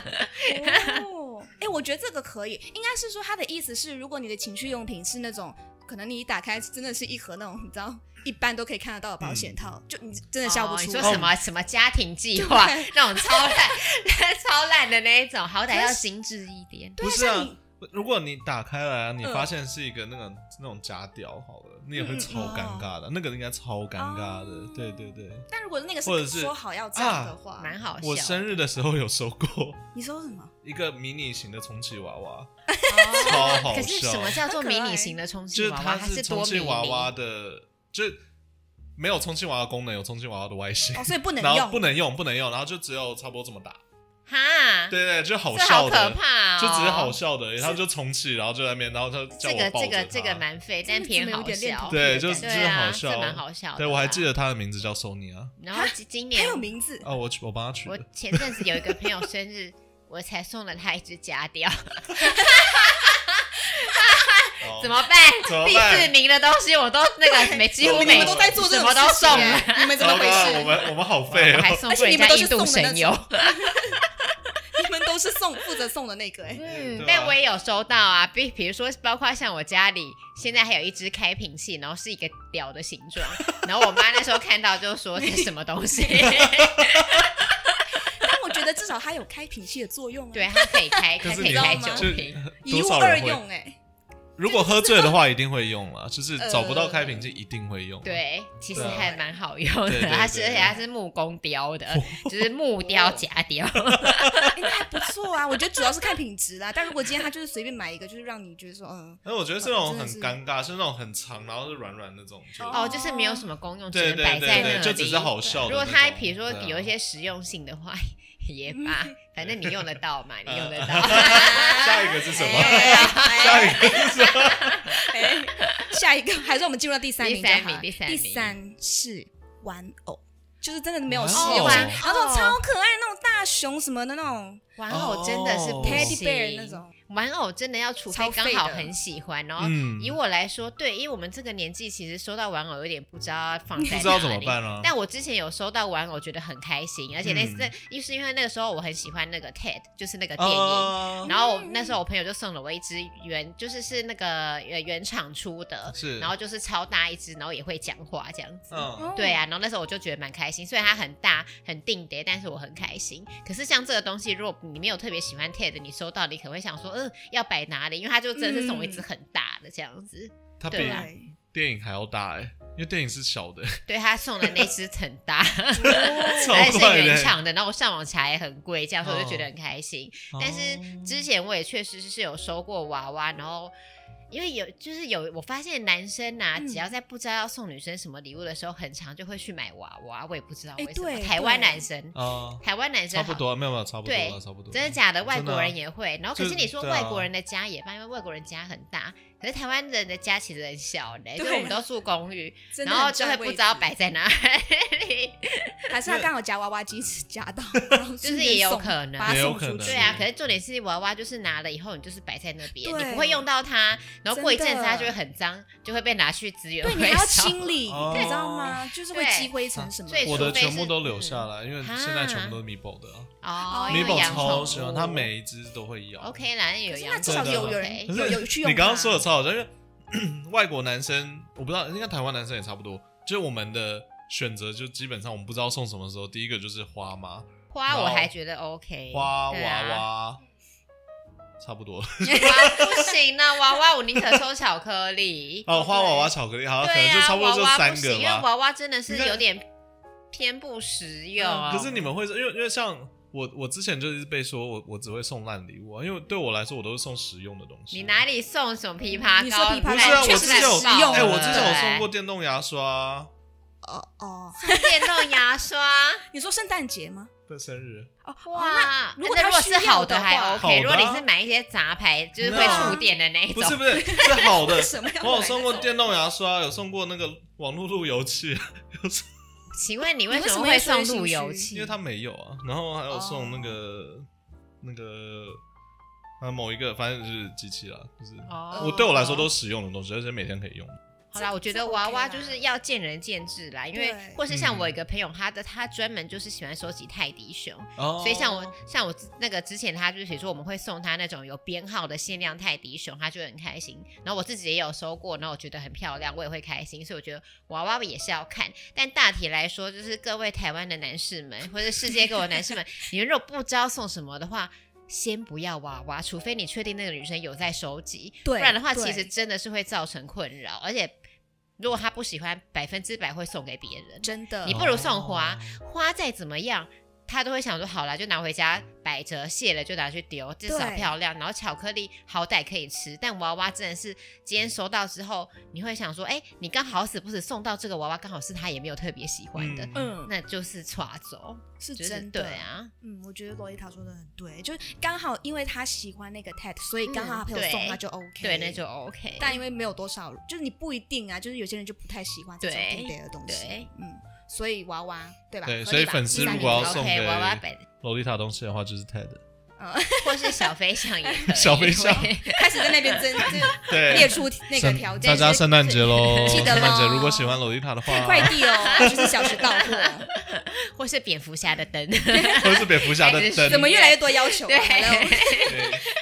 S1: 哦， 哎、我觉得这个可以，应该是说他的意思是，如果你的情趣用品是那种，可能你一打开真的是一盒那种，你知道，一般都可以看得到的保险套，就你真的笑不
S2: 哦
S1: 出
S2: 你
S1: 来。
S2: 说什么什么家庭计划
S1: 对
S2: 那种超烂、 超烂的那一种，好歹
S1: 可
S2: 要
S1: 是
S2: 精致一点。
S1: 对
S3: 不
S1: 啊，
S3: 是
S1: 像
S3: 啊
S1: 你，
S3: 如果你打开来啊，你
S1: 嗯
S3: 发现是一个那个那种假屌，好了，你也会超
S2: 嗯
S3: 尴
S2: 哦
S3: 尬的，那个应该超尴尬的，对对对。
S1: 但如果那个
S3: 或者
S1: 是
S3: 是
S1: 说好要这样的话，
S2: 蛮好笑。
S3: 我生日的时候有收过
S1: 你说什么？
S3: 一个迷你型的充气娃娃，
S2: 哦
S3: 超好
S2: 可是什
S3: 笑
S2: 么，叫做
S1: 很可
S2: 迷
S1: 爱
S2: 你型的充
S3: 就
S2: 气
S3: 是
S2: 娃娃？
S3: 它
S2: 它是
S3: 充
S2: 多迷
S3: 气
S2: 你
S3: 娃娃的，就是没有充气娃娃功能，有充气娃娃的外形
S1: 哦，，所以不能
S3: 然后
S1: 用，
S3: 不能用，不能用，然后就只有差不多这么大，
S2: 哈，
S3: 对对，就好
S2: 啊这好
S3: 笑
S2: 可
S3: 的，
S2: 怕哦，
S3: 就只是好笑的而已，然后就重启，然后就在那边，然后他叫
S2: 这
S3: 我
S2: 个
S3: 抱
S2: 这
S3: 着
S2: 个
S3: 他
S2: 这个蛮废，但
S1: 这
S2: 偏
S1: 怎么有
S2: 好
S1: 点恋
S2: 笑
S1: 童，癖
S3: 对
S1: 的
S3: 就
S1: 感觉
S3: 这
S2: 对
S3: 个好
S2: 啊，
S3: 笑
S2: 这蛮好笑的。
S3: 对我还记。得他的名字叫 Sonia
S2: 然后今今
S1: 还
S2: 年
S1: 有名字，
S3: 哦，我我帮他取
S2: 我
S3: 的，
S2: 前阵子有一个朋友生日， 我才送了他一只假雕，
S3: 哦
S2: 怎么办？
S3: 怎么
S2: 第
S3: 办
S2: 四名的东西我都那个每几乎
S1: 你
S2: 每
S1: 们都在做这
S2: 什
S1: 种
S2: 么都
S1: 事情
S2: 送
S1: 欸
S2: 了，
S1: 你们怎么
S3: 糟
S1: 回
S3: 糕
S1: 事？
S3: 我们我们好废
S2: 我还
S3: 哦，
S2: 送
S1: 而
S2: 过
S1: 且你们
S2: 人家
S1: 都是
S2: 印度
S1: 送的
S2: 神
S1: 那
S2: 油。
S1: 你们都是送负责送的那个、欸，
S3: 对啊
S2: 嗯但我也有收到啊，比比如说，包括像我家里现在还有一只开瓶器，然后是一个屌的形状，然后我妈那时候看到就说这是什么东 西，
S1: 但我觉得至少它有开瓶器的作用啊，
S2: 对，，它可以开，
S3: 可
S2: 它
S3: 是
S2: 可
S3: 你
S2: 以
S1: 知道
S2: 开
S1: 吗
S2: 酒
S3: 就
S2: 瓶，
S1: 一
S3: 多
S1: 物
S3: 少
S1: 二
S3: 人会
S1: 用哎、欸
S3: 如果喝醉的话，一定会用啦，就是找不到
S1: 呃
S3: 开瓶器一定会用。，
S2: 对，其实
S3: 对啊
S2: 还蛮好用
S3: 对
S2: 的，
S3: 对
S2: 它是
S3: 对哦
S2: 而且它是木工雕的，就是木雕假雕，
S1: 哎那还不错啊。我觉得主要是看品质啦，但如果今天他就是随便买一个，就是让你觉得说，嗯，
S3: 但我觉得这种
S1: 真的
S3: 很
S1: 是
S3: 尴尬，是那种很长，然后是软软那种，就
S2: 哦，就是没有什么功用，只
S3: 对
S2: 能
S3: 对
S2: 摆
S3: 对
S2: 在那
S3: 对，
S2: 里。
S3: 就只是好笑的那
S2: 如
S3: 种。
S2: 果它比如说
S3: 对啊
S2: 有一些实用性的话，也罢， 反正你用得到嘛，你用得
S3: 嗯
S2: 到。
S3: 下一个是什么？下
S1: 哎
S3: 一个是什么？
S1: 哎下一个还是我们进入到第三名就好了，
S2: 第三名第三名
S1: 第三是玩偶。就是真的没有
S3: 玩
S1: 实
S3: 偶
S1: 用性，
S2: 玩
S1: 然后那
S2: 偶
S1: 种超可爱的那种大熊什么的那种
S2: 玩偶真的是
S3: 哦
S2: 不
S1: teddy
S2: 行
S1: bear 那种，
S2: 玩偶真的要除非
S1: 超
S2: 刚
S1: 废
S2: 好
S1: 的
S2: 很喜欢，然后
S3: 嗯
S2: 以我来说，对，因为我们这个年纪，其实收到玩偶有点不知道放在
S3: 不知道怎
S2: 哪
S3: 么
S2: 里
S3: 办啊嗯
S2: 但我之前有收到玩偶，觉得很开心，而且那次、又是因为那个时候我很喜欢那个 TED，就是那个电影。
S3: 哦
S2: 然后我那时候我朋友就送了我一只原，就是是那个呃原厂出的，
S3: 是
S2: 然后就是超大一只，然后也会讲话这样子。
S3: 嗯，
S2: 对啊，然后那时候我就觉得蛮开心，虽然它很大很定得，但是我很开心。可是像这个东西，如果你没有特别喜欢 TED，你收到你可能会想说，嗯，要摆哪里？因为它就真的是送我一只很大的这样 子。
S3: 它比
S2: 对啊
S3: 电影还要大哎，因为电影是小的，
S2: 对他送的那只很 大，
S3: 超
S2: 而且是
S3: 快
S2: 原
S3: 的。
S2: 厂的，然后我上网查也很贵，这样所以我就觉得很开心。
S1: 哦
S2: 但是之前我也确实是有收过娃娃，然后因为有就是有我发现男生呐、
S1: 嗯
S2: 只要在不知道要送女生什么礼物的时候，很常就会去买娃娃，我也不知道
S1: 哎
S2: 为什么。
S1: 对
S2: 台湾
S1: 对
S2: 男生，
S3: 啊，
S2: 台湾男生
S3: 差
S2: 好
S3: 不多，没有没有，差不多
S2: 对
S3: 了，差不多。
S2: 真的假的？外
S3: 真的啊
S2: 国人也会。然后可
S3: 就是
S2: 你说
S3: 对啊
S2: 外国人的家也罢，因为外国人家很大，可是台湾人的家其实很小嘞，
S1: 对啊
S2: 所以我们都住公寓，
S1: 真的
S2: 然
S1: 很
S2: 后就会
S1: 占
S2: 不
S1: 位
S2: 知道
S1: 置
S2: 摆在哪里。
S1: 还是他刚好夹娃娃机夹到，然后
S2: 就是
S1: 顺便
S2: 也有
S1: 送
S2: 可能
S1: 把它
S3: 也有
S1: 送
S3: 可
S1: 出去
S3: 能
S2: 对啊，可是重点是娃娃就是拿了以后，你就是摆在那边，
S1: 对
S2: 你不会用到它，然后过一阵
S1: 真
S2: 子
S1: 的
S2: 它就会很脏，就会被拿去资源
S1: 对你
S2: 回
S1: 还要
S2: 收。
S1: 清理，
S3: 哦
S1: 你知道吗？就是会
S2: 对
S1: 积灰尘什么
S2: 所以
S1: 的。
S3: 我的
S2: 哎除非
S3: 全
S2: 是
S3: 部都留下来，因为
S2: 啊
S3: 现在全部都是 Mibo 的啊
S2: 哦，因为
S3: ，Mibo
S2: 养宠
S3: 超
S2: 物
S3: 喜欢，它每一只都会咬。
S2: OK 啦，那有
S1: 可是
S2: 养
S1: 那
S2: 宠
S1: 至少
S2: 物
S3: 对的
S1: 有有
S2: OK
S1: 人有有去用它。
S3: 你刚刚说的超好笑，因为 外国男生我不知道，应该台湾男生也差不多，就是我们的选择就基本上我们不知道送什么时候，第一个就是花嘛，
S2: 花我还觉得 OK，
S3: 花
S2: 对
S3: 娃
S2: 啊
S3: 娃，差不多。
S2: 娃不行啊，娃娃我宁可抽巧克力
S3: 哦，花娃娃、巧克力，好，可
S2: 对
S3: 能就
S2: 啊，
S3: 差不多
S2: 娃
S3: 就
S2: 娃
S3: 三
S2: 不行，
S3: 个
S2: 因为
S3: 吧。
S2: 娃娃真的是
S3: 你看
S2: 有点偏不实用、哦
S3: 嗯可是你们会，因为因为像我，我之前就是被说我我只会送烂礼物啊，因为对我来说我都是送实用的东西。
S2: 你哪里送什么枇杷
S1: 你说
S2: 膏？
S1: 枇杷膏
S3: 不是啊，
S1: 确
S3: 我
S1: 实
S3: 之
S1: 是
S3: 前有
S1: 实用
S3: 哎、
S1: 的
S3: 我之前有送过
S2: 对
S3: 电动牙刷啊，
S1: 哦哦，
S2: 电动牙刷。
S1: 你说圣诞节吗？
S3: 的生日，
S2: 哇，
S1: 哦如果
S2: 那
S1: 他
S2: 如果
S1: 需
S2: 是好
S1: 要的
S2: 还
S1: 话
S2: OK，
S3: 好的啊啊
S2: 如果你是买一些杂牌，就是会触电的那一
S3: 不
S2: 种，
S3: 是不是是好 的
S1: 为，什么要买那种？
S3: 我有送过电动牙刷，有送过那个网络路由器，
S2: 请问你为
S1: 你为
S2: 什
S1: 什
S2: 么
S1: 么
S2: 会
S1: 会说
S2: 送
S1: 是
S2: 路由
S1: 兴
S2: 器？
S3: 因为它没有啊。然后还有送那个、那个啊某一个，反正就是机器啦，就是、
S2: 哦
S3: 我对我来说都是实用的东西，而且每天可以用。
S2: 好啦，我觉
S1: 这
S2: 得
S1: 这
S2: 娃
S1: OK
S2: 娃
S1: 啦
S2: 就是要见仁见智啦，因为
S1: 对
S2: 或是
S3: 嗯
S2: 像我有一个朋友，他的他专门就是喜欢收集泰迪熊，
S3: 哦
S2: 所以像我像我之那个之前他就是比如说我们会送他那种有编号的限量泰迪熊，他就会很开心。然后我自己也有收过，然后我觉得很漂亮，我也会开心。所以我觉得娃娃也是要看，但大体来说，就是各位台湾的男士 们或者世界各国男士们，你们如果不知道送什么的话。先不要娃娃，除非你确定那个女生有在收集，
S1: 对
S2: 不然的话，
S1: 对
S2: 其实真的是会造成困扰。而且，如果她不喜欢，百分之百会送给别人。
S1: 真的
S3: 哦
S2: 你不如送花，花再怎么样，他都会想说，好啦，就拿回家摆着，谢了就拿去丢，至少
S1: 对
S2: 漂亮。然后巧克力好歹可以吃，但娃娃真的是今天收到之后，你会想说，哎、你刚好死不死送到这个娃娃，刚好是他也没有特别喜欢的，
S1: 嗯，
S2: 那就是抓走，
S1: 是
S2: 就是
S1: 真的。
S2: 对啊，
S1: 嗯，我觉得洛丽塔说的很对，就是刚好因为他喜欢那个 Ted，所以刚好他
S2: 嗯
S1: 朋友送
S2: 对
S1: 他就 OK，
S2: 对，那就 OK。
S1: 但因为没有多少，就是你不一定啊，就是有些人就不太喜欢这种
S2: 对
S1: t i 的东西，
S2: 对
S1: 嗯，所以娃娃对吧？
S3: 对
S1: 合
S3: 所以
S1: 理吧
S3: 粉丝
S1: 13
S3: 如果要
S1: 年
S3: 送给
S2: OK 娃娃本，
S3: 洛丽塔东西的话，就是 TED。
S2: 或是小飞象也可以，
S3: 小飞象
S2: 会
S1: 开始在那 边增增列
S3: 对，
S1: 出那个条件，
S3: 大家圣诞节喽！
S1: 记
S3: 圣
S1: 得咯
S3: 诞节如果喜欢洛丽塔的话，
S1: 看快递 哦，就是小时到货，
S2: 或是蝙蝠侠的灯，
S3: 或者是蝙蝠侠的
S2: 还是
S3: 灯，
S1: 怎么越来越多要求啊
S2: 对
S1: ？Hello，
S3: 对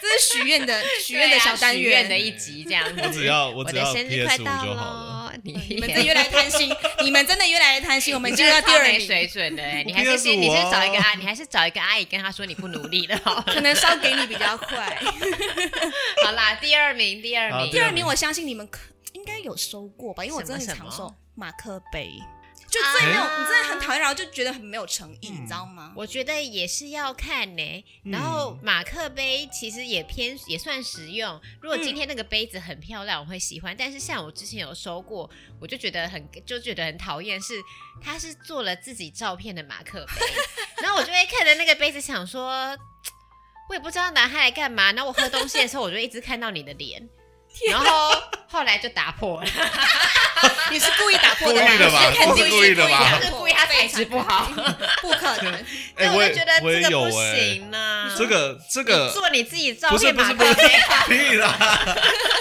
S1: 这是许愿的 许愿的小单
S2: 对啊许愿
S1: 元
S2: 的。一集这样子。
S3: 我只要我
S2: 我
S3: 只
S2: 的
S3: 要
S2: 生日快
S3: PS 五
S2: 到
S3: 就好了。
S2: 喽，你
S1: 你 们真的越来越贪 心，你们真的越来越贪心，我们进入到第二
S2: 没
S1: 名，
S2: 水准的欸，你
S3: 我
S2: 还是
S3: PS5
S2: 先你先
S3: 啊
S2: 找一个阿，你还是找一个阿姨跟她说你不努力了好了。
S1: 可能烧给你比较快。
S2: 好啦，第二名，第二
S3: 好
S2: 名，
S1: 第
S3: 第
S1: 二名我相信你们可应该有收过吧，因为我真的很
S2: 什
S1: 常
S2: 么什
S1: 收
S2: 么
S1: 马克杯，就最没有，你真的很讨厌，然后就觉得很没有诚意，
S3: 嗯
S1: 你知道吗？
S2: 我觉得也是要看呢、
S3: 嗯
S2: 然后马克杯其实也偏也算实用。如果今天那个杯子很漂亮，我会喜欢。但是像我之前有收过，我就觉得很就觉得很讨厌，是它是做了自己照片的马克杯，然后我就会看着那个杯子想说，我也不知道拿它来干嘛。然后我喝东西的时候，我就一直看到你的脸。然后后来就打破了，
S1: 你是故意打破
S3: 故意的吧
S1: 吧？肯定
S3: 不是故意的吧
S1: 故
S2: 就是故意 它材质不好，
S1: 不可能。
S3: 哎、
S2: 对
S3: 我
S2: 我
S3: 也
S2: 就觉得
S3: 我也
S2: 这个
S3: 有
S2: 不
S3: 哎、
S2: 行啊呢、
S3: 这个这
S2: 你
S3: 个
S2: 做你自己照
S3: 不是
S2: 片
S3: 不
S2: 马
S3: 是
S2: 克
S3: 不是
S2: 杯啊，
S3: 屁啦，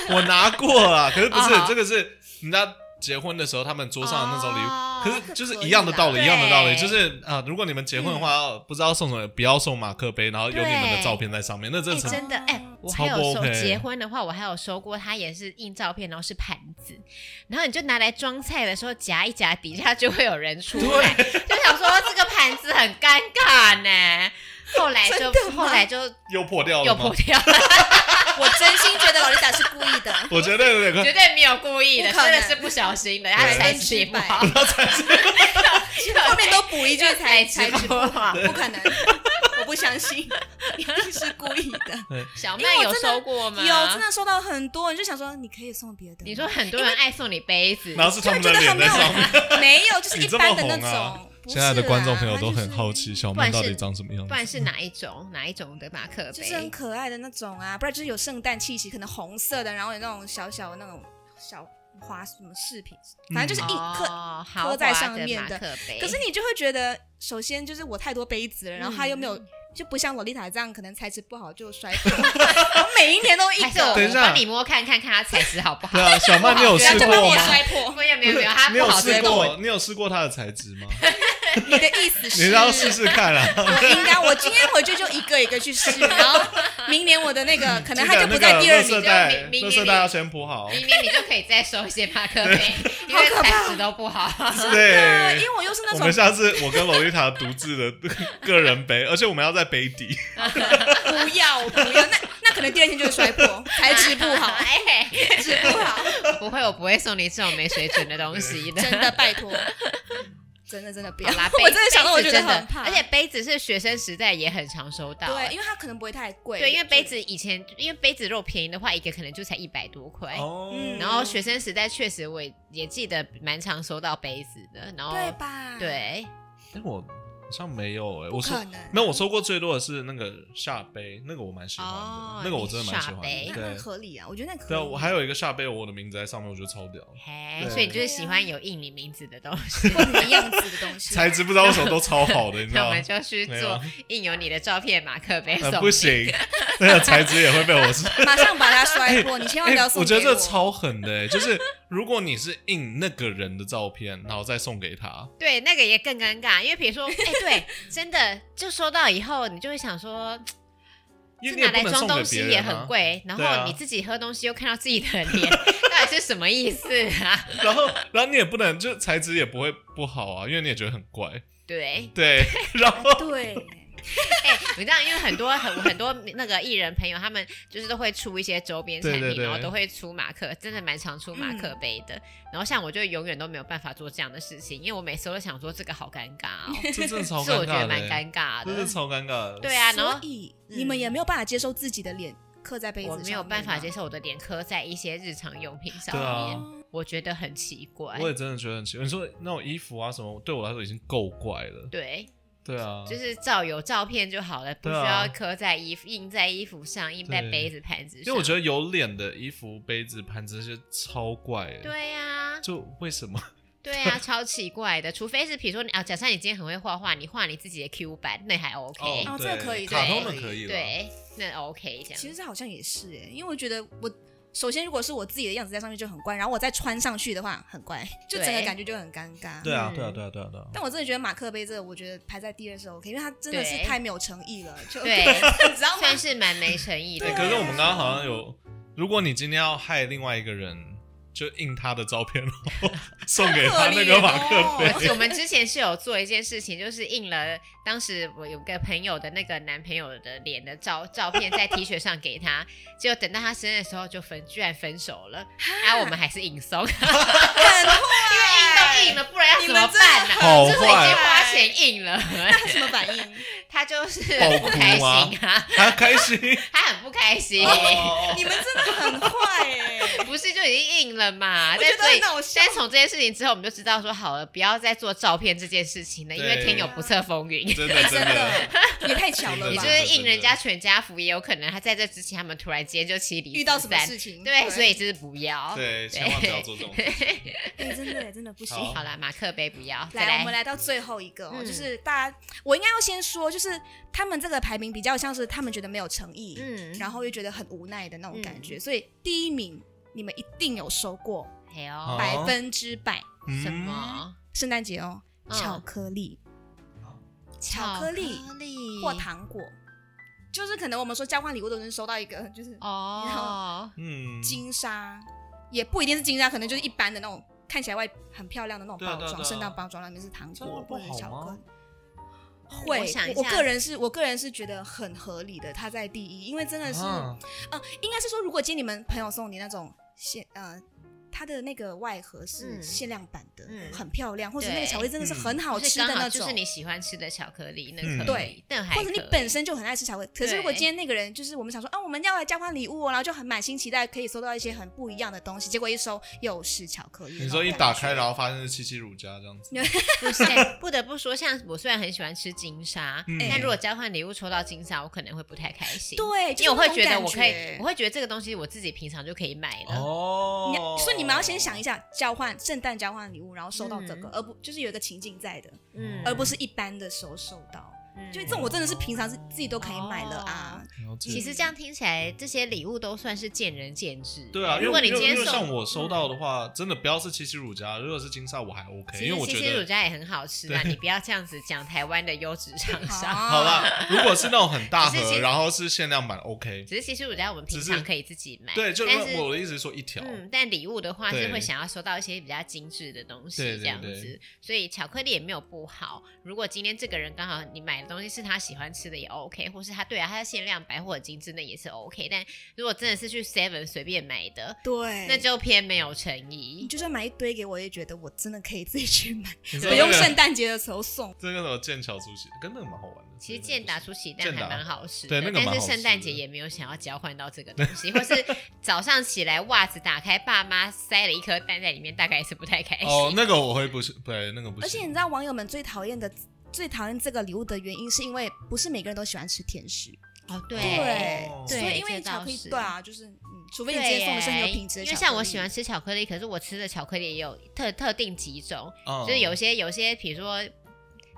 S3: 我拿过啦，可是不是、
S2: 哦好
S3: 这个是人家结婚的时候他们桌上的那种礼物。
S2: 哦
S3: 可是就是一样的道理，
S2: 对嗯
S3: 一样的道理，就是啊、如果你们结婚的话，不知道送什么，不要送马克杯，然后有你们的照片在上面，那真
S2: 哎
S3: 的是、
S2: 真的哎、我还
S3: 超不
S2: 有收
S3: OK
S2: 结婚的话，我还有收过，它也是印照片，然后是盘子，然后你就拿来装菜的时候夹一夹，底下就会有人出来，就想说这个盘子很尴尬 呢。后来就
S1: 真的吗
S2: 后来就
S3: 又破掉
S2: 又
S3: 了吗
S2: 破？掉了，
S1: 我真心觉得劳丽达是故意 的，
S3: 我觉得有点快，
S2: 绝对没有故意的，
S1: 不可能
S2: 真的是不小心的，它的材质也不好，
S1: 后面都补一句才
S2: 材
S1: 才
S2: 质
S1: 知
S2: 不
S1: 道，
S2: 好。
S1: 不可能，我不相信，一定是故意的。
S2: 小
S1: 因
S2: 曼
S1: 为
S2: 有
S1: 我真的
S2: 收过吗？
S1: 有真的收到很多，你就想说你可以送别的吗，
S2: 你说很多人爱送你杯子，
S3: 然后是他们的
S1: 就觉得
S3: 脸
S1: 好没
S3: 在
S1: 有
S3: 上面。
S1: 没有，就是
S3: 你
S1: 一
S3: 这
S1: 般
S3: 么
S1: 的那
S3: 红啊
S1: 种。不
S3: 现在的
S1: 是
S3: 观众
S1: 啦
S3: 朋友都
S1: 它
S3: 很
S1: 就是
S3: 好奇小
S2: 不然
S3: 曼到底
S2: 是
S3: 长什么样
S2: 不然
S3: 子。
S2: 是哪一种哪一种的马克杯？
S1: 就是很可爱的那种啊，不然就是有圣诞气息，可能红色的，然后有那种小小的那种小花什么饰品，反正就是一颗。
S2: 哦豪
S1: 刻在
S2: 华
S1: 上
S2: 的
S1: 面
S2: 马
S1: 的
S2: 克杯。
S1: 可是你就会觉得，首先就是我太多杯子了，然后它又没有，
S2: 嗯
S1: 就不像洛丽塔这样，可能材质不好就摔破。 然后每一年都一
S2: 还是
S1: 个，
S2: 我
S3: 等一下
S2: 帮你摸看看看它材质好不好
S3: 对？啊，小曼，你有
S1: 然
S3: 试
S1: 后就
S3: 过
S1: 把我
S3: 吗？
S1: 摔破。
S2: 没有没有
S3: 不是
S2: 没有，它
S3: 你
S2: 不
S3: 有
S2: 好
S3: 试
S2: 推动我。
S3: 过？你有试过它的材质 吗？
S1: 你的意思
S3: 你
S1: 是？
S3: 要试试看啊啦。
S1: 我 应该，我今天回去就一个一个去试，然后明年我的那个可能它就不
S3: 记得嗯那
S1: 在
S3: 个
S1: 第二
S3: 垃
S1: 名
S3: 圾
S2: 就
S3: 袋，
S2: 明明
S3: 垃
S2: 明
S3: 圾袋要先铺
S1: 哦
S3: 好。
S2: 明年你就可以再收一些马克杯，因为材质都不好。
S1: 对，因
S3: 对，
S1: 为我又是那
S3: 我
S1: 种
S3: 们下次我跟洛丽塔独自的 个人杯，而且我们要在杯底。
S1: 不要我不要，那 那可能第二天就会摔破， 材质不 好，
S2: 哎，
S1: 材质不好。
S2: 不会，我不会送你这种没水准的东西的。
S1: 真的拜托，真的真的不要
S2: 好啦，
S1: 我
S2: 杯
S1: 真的想到我
S2: 杯子
S1: 觉得
S2: 真的
S1: 很怕，
S2: 而且杯子是学生时代也很常收到。啊
S1: 对，因为它可能不会太贵，
S2: 对，因为杯
S1: 就
S2: 子以前，因为杯子如果便宜的话，一个可能就才一百多块。
S3: 哦
S1: 嗯
S2: 然后学生时代确实我也也记得蛮常收到杯子的，然后
S1: 对
S3: 嗯
S1: 吧？，
S2: 哦对
S3: 哎，我好像没有哎，
S1: 不
S3: 我收
S1: 可能，
S3: 没有，我收过最多的是那个下杯，那个我蛮喜欢
S2: 哦
S3: 的，那个我真的蛮喜欢
S2: 你
S1: 那
S3: 的。
S1: 很
S3: 对，
S1: 合理啊，我觉得那可以。
S3: 对啊，我还有一个下杯，我的名字在上面，我觉得超屌。
S2: 嘿，
S3: 对
S2: 所以你就是喜欢有印你名字的东西，
S1: 不同样子的东 西，
S3: 材质不知道为什么都超好的，你知
S2: 那
S3: 道
S2: 我
S3: 吗
S2: 们？就去
S3: 没有
S2: 做印有你的照片马克杯送
S3: 呃，
S2: 你。
S3: 不行，那个材质也会被我 是。
S1: 马上把它摔破，你千万不要
S3: 哎
S1: 送给
S3: 我觉得这超狠的、欸，就是如果你是印那个人的照片，然后再送给他，
S2: 对，那个也更尴尬，因为比如说，哎、对，真的就收到以后，你就会想说，
S3: 因
S2: 这
S3: 为你也
S2: 拿
S3: 不
S2: 来
S3: 能
S2: 装
S3: 送
S2: 东
S3: 给
S2: 西
S3: 别
S2: 也
S3: 人、
S2: 很
S3: 啊。
S2: 贵，然
S3: 对啊
S2: 后你自己喝东西又看到自己的脸， 到底是什么意思啊？
S3: 然后，然后你也不能，就材质也不会不好啊，因为你也觉得很怪。
S2: 对，
S3: 对，然后
S1: 对，
S2: 哎、你知道，因为很多很我很多那个艺人朋友，他们就是都会出一些周边产品，
S3: 对对对
S2: 然后都会出马克，真的蛮常出马克杯的。然后像我就永远都没有办法做这样的事情，因为我每次都想说这个好尴尬哦，
S3: 这真的超尴尬
S2: 是
S3: 的，欸
S2: 我觉得蛮尴尬
S3: 真的
S2: 的。
S3: 超尴尬的。
S2: 对啊，然
S1: 所
S2: 后
S1: 以
S2: 嗯
S1: 你们也没有办法接受自己的脸刻在杯子
S2: 我
S1: 上，
S2: 没有办法接。受我的脸磕在一些日常用品上
S3: 对啊
S2: 面，我觉得很奇怪
S3: 我。也真的觉得很奇怪。你说那种衣服啊什么，对我来说已经够怪了。
S2: 对，
S3: 对啊，
S2: 就是照有照片就好了，不需
S3: 对啊
S2: 要刻在衣服、印在衣服上、印在
S3: 对
S2: 杯子、盘子上。
S3: 因为我觉得有脸的衣服、杯子、盘子这些超怪的。
S2: 对啊呀、
S3: 就为什么？
S2: 对呀、超奇怪的。除非是比如说你啊，假设你今天很会画画，你画你自己的 Q 版，那还 OK，、
S1: 哦
S3: 对
S1: 这个可以
S3: 卡通
S2: 对
S3: 的可以了。
S2: 对，那 OK 这样。
S1: 其实这好像也是哎、因为我觉得我首先如果是我自己的样子在上面就很怪，然后我再穿上去的话很怪，就整个
S2: 对
S1: 感觉就很尴尬。
S3: 对啊，
S2: 嗯
S3: 对啊，对啊，对啊，对啊。
S1: 但我真的觉得马克杯这个，我觉得排在第二是 OK，因为它真的是
S2: 对
S1: 太没有诚意了，就
S2: 对
S1: 你知道吗？
S2: 算是蛮没诚意的
S3: 哎、。可是我们刚刚好像有，如果你今天要害另外一个人，就印他的照片，然后送给他那个马克
S1: 对
S2: 而
S3: 杯。
S2: 且我们之前是有做一件事情，就是印了当时我有个朋友的那个男朋友的脸的照照片在 T 恤上给他，结果等到他生日的时候就分，居然分手了。啊，我们还是硬送，因为
S1: 很坏，
S2: 硬都硬了，不然要
S1: 你
S2: 怎
S1: 们
S2: 么办呢、
S1: 真的
S3: 好
S2: 就是
S3: 坏
S2: 已经花钱硬了，
S1: 他什么反应？
S2: 他就是
S3: 爆哭
S2: 不开心啊，
S3: 他开心，哦
S2: 他很不开心，
S1: 你们真的很坏哎、
S2: 不是就已经硬了嘛？
S1: 我
S2: 但
S1: 觉得
S2: 啊所以
S1: 很好笑
S2: 但。从这件事情之后，我们就知道说好了，不要再做照片这件事情了，因为
S3: 对
S2: 天有不测风云。
S3: 真的真
S1: 真
S3: 的，
S1: 的也太巧了
S2: 也
S3: 对
S1: 吧
S2: 就？是应人家全家福，也有可能他在这之前，他们突然间就妻离
S1: 遇到什么
S2: 子散
S1: 事情？
S2: 对，所以就是不要。
S3: 对，千万不要做这种事情。
S1: 哎真的真的不行。
S3: 好
S2: 好啦，马克杯不要。再
S1: 来，我们来到最后一个哦，
S2: 嗯
S1: 就是大家，我应该要先说，就是他们这个排名比较像是他们觉得没有诚意，
S2: 嗯，
S1: 然
S2: 然后
S1: 后又觉得很无奈的那种感觉，所以第一名你们一定有收过，
S2: 还有、
S3: 好
S1: 百分之百，
S3: 嗯
S2: 哦什？么、
S1: 圣诞节哦，
S2: 嗯
S1: 巧克力
S3: 哦
S1: 巧克力
S2: 巧克力
S1: 或糖果，就是可能我们说交换礼物都能收到一个，就是
S2: 哦，
S3: 嗯，
S1: 金沙，也不一定是金沙，可能就是一般的那种看起来外很漂亮的那种
S3: 对啊
S1: 包
S3: 对啊
S1: 装，
S3: 对啊
S1: 圣诞包装，那里面是糖
S3: 这样
S1: 果
S3: 不
S1: 或者
S3: 好
S1: 巧克
S3: 吗
S1: 力。会，
S2: 我想一
S1: 我我
S2: 下
S1: 个人是我个人是觉得很合理的，它在第一，因为真的是，
S3: 啊
S1: 呃，应该是说，如果今天你们朋友送你那种限，呃，它的那个外盒是
S2: 嗯
S1: 限量版的，
S2: 嗯
S1: 很漂亮，或者那个
S2: 对
S1: 巧克力真的是很好
S2: 就是
S1: 吃
S2: 刚
S1: 的那
S2: 好
S1: 种，
S2: 就是你喜欢吃的巧克力，那
S3: 嗯
S2: 可以
S1: 对，
S2: 但还
S1: 或者你
S2: 可以
S1: 本身就很爱吃巧克力，可是如果
S2: 对
S1: 今天那个人就是我们想说，啊，我们要来交换礼物哦、然后就很满心期待可以收到一些很不一样的东西，结果一收又是巧克力。
S3: 你说一打开，然后发现是七七乳加这样子，
S2: 不是，哎不得不说，像我虽然很喜欢吃金沙，
S3: 嗯
S2: 但如果交换礼物抽到金沙，我可能会不太开心。
S1: 对，就是
S2: 因为我
S1: 那
S2: 会
S1: 种
S2: 觉得
S1: 感
S2: 我可以，我会觉得这个东西我自己平常就可以买了。
S1: 你
S3: 哦
S1: 所以你们要先想一下交换圣诞交换礼物，然后收到这个，
S2: 嗯
S1: 而不就是有一个情境在的，
S2: 嗯
S1: 而不是一般的时候收到。
S2: 嗯
S1: 就这种我真的是平常是自己都可以买了啊，
S3: 了解
S2: 其实这样听起来，这些礼物都算是见仁见智。
S3: 对啊，因为
S2: 如果你
S3: 因为
S2: 今天
S3: 因为像
S2: 送，
S3: 我收到的话，真的不要是七七乳啊加，如果是金沙我还 OK，
S2: 其
S3: 因为
S2: 实
S3: 我
S2: 西
S3: 觉
S2: 西乳
S3: 得
S2: 加也很好吃啊，
S3: 对
S2: 你不要这样子讲台湾的优质 厂
S1: 啊
S2: 商。
S3: 好啦，如果是那种很大
S2: 只是其
S3: 盒，
S2: 实
S3: 然后是限量版 OK，
S2: 只是西西乳加我们平
S3: 只
S2: 常
S3: 是
S2: 可以自己买，
S3: 对，就
S2: 但是
S3: 我的意思是说一条，
S2: 嗯，但礼物的话是
S3: 对
S2: 会想要收到一些比较精致的东西
S3: 对对
S2: 这样
S3: 对
S2: 子，所以巧克力也没有不好。如果今天这个人刚好你买的东西是他喜欢吃的也 OK，或是他对啊，他的限量版或者精致那也是 OK。但如果真的是去 Seven 随便买的，
S1: 对，
S2: 那就偏没有诚
S1: 你
S2: 意。
S1: 就算买一堆给我，也觉得我真的可以自己去 买，
S3: 你知
S1: 不
S3: 道
S2: 啊
S1: 用
S3: 那个
S1: 圣诞节的时候送。
S3: 这个什么剑桥出席，跟那个蛮好玩的。
S2: 其实剑打出奇蛋
S3: 剑
S2: 还
S3: 打
S2: 蛮好吃
S3: 对
S2: 的，
S3: 那个蛮
S2: 但
S3: 好
S2: 是
S3: 吃
S2: 圣诞节
S3: 的
S2: 也没有想要交换到这 个东西，或是早上起来袜子打开，爸妈塞了一颗蛋在里面，大概是不太开心。
S3: 哦，那个我会不是，对，那个不
S1: 而且你
S3: 行。
S1: 知道网友们最讨厌的、最讨厌这个礼物的原因，是因为不是每个人都喜欢吃甜食，
S2: 哦，对
S1: 对
S3: 哦
S1: 所以因
S2: 这
S1: 为巧克
S2: 倒
S1: 力
S2: 是
S1: 对啊，就是嗯，除非
S2: 对
S1: 你
S2: 耶，
S1: 今天送的是很有品质的巧
S2: 因为
S1: 克力，
S2: 像我喜欢吃巧克力，可是我吃的巧克力也有特特定几种，
S3: 嗯
S2: 就是有些有些，比如说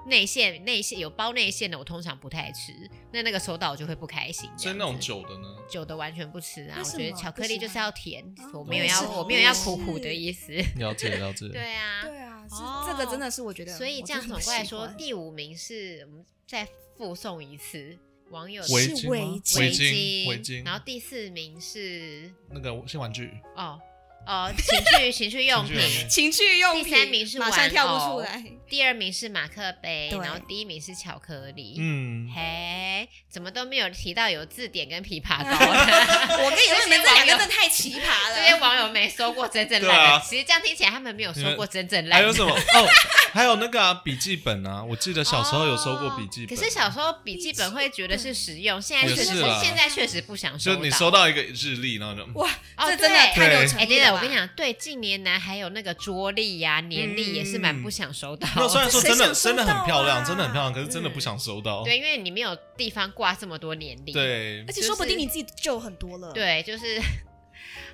S2: 内馅内馅有包内馅的，我通常不太吃，那那个收到我就会不开心。
S3: 所以
S2: 这样
S3: 那种
S2: 子
S3: 酒的呢，
S2: 酒的完全不吃啊，
S1: 为
S2: 我
S1: 什么
S2: 觉得巧克力
S1: 不喜欢
S2: 就是要甜
S1: 哦，
S2: 我没有
S3: 我也
S2: 要
S3: 是
S2: 我没有要
S3: 我也
S2: 苦
S1: 是
S2: 苦的意 思。
S3: 了解了解。
S2: 对啊，
S1: 对啊，是
S2: 哦
S1: 这个真的是我觉得，
S2: 所以这样总
S1: 过
S2: 过来说，第五名是我们再附送一次网友的
S3: 围
S1: 是
S3: 巾
S1: 围
S3: 吗
S1: 巾
S3: 围
S2: 巾，
S3: 巾围巾，
S2: 然后第四名是
S3: 那个新玩具，
S2: 哦哦，情趣情趣用
S3: 情趣
S2: 品
S3: 用。品
S1: 情趣用品
S2: 第三名是
S1: 马
S2: 玩
S1: 上跳不
S2: 偶
S1: 出 来，
S2: 第二名是马克杯，
S1: 对
S2: 然后第一名是巧克力。
S3: 嗯，
S2: 嘿，怎么都没有提到有字典跟枇杷膏 的？
S1: 我跟你们
S2: 这
S1: 这两
S2: 些
S1: 个
S2: 网
S1: 真
S2: 友
S1: 的太奇葩
S2: 这些
S1: 了。
S2: 网友没收过真正
S3: 对
S2: 烂的，
S3: 啊
S2: 其实这样听起来他们没有收过真正烂
S3: 还
S2: 的。
S3: 有什么？哦，还有那个啊，笔记本啊，我记得小时候有收过笔记本，
S2: 哦可是小时候笔记本会觉得是实用，现在确
S3: 也
S2: 实
S3: 是啦
S2: 现在确实不想收
S3: 就
S2: 到。
S3: 你收到一个日历，然后就
S1: 哇，
S2: 哦
S1: 这真的
S2: 对
S1: 太没有
S3: 对
S1: 诚
S2: 哎，
S1: 意
S2: 对
S1: 了
S2: 的，
S1: 吧。
S2: 我跟你讲，对近年来还有那个桌历呀、年历也是蛮不想收到。
S3: 嗯没有，虽然说真的
S1: 谁想收
S3: 真
S1: 到
S3: 的
S1: 啊
S3: 很漂亮，真的很漂亮，可是真的不想收到。
S2: 嗯对，因为你没有地方挂这么多年历。
S3: 对
S1: 而，且
S2: 就是
S1: 说不定你自己就很多了。，
S2: 对，就是。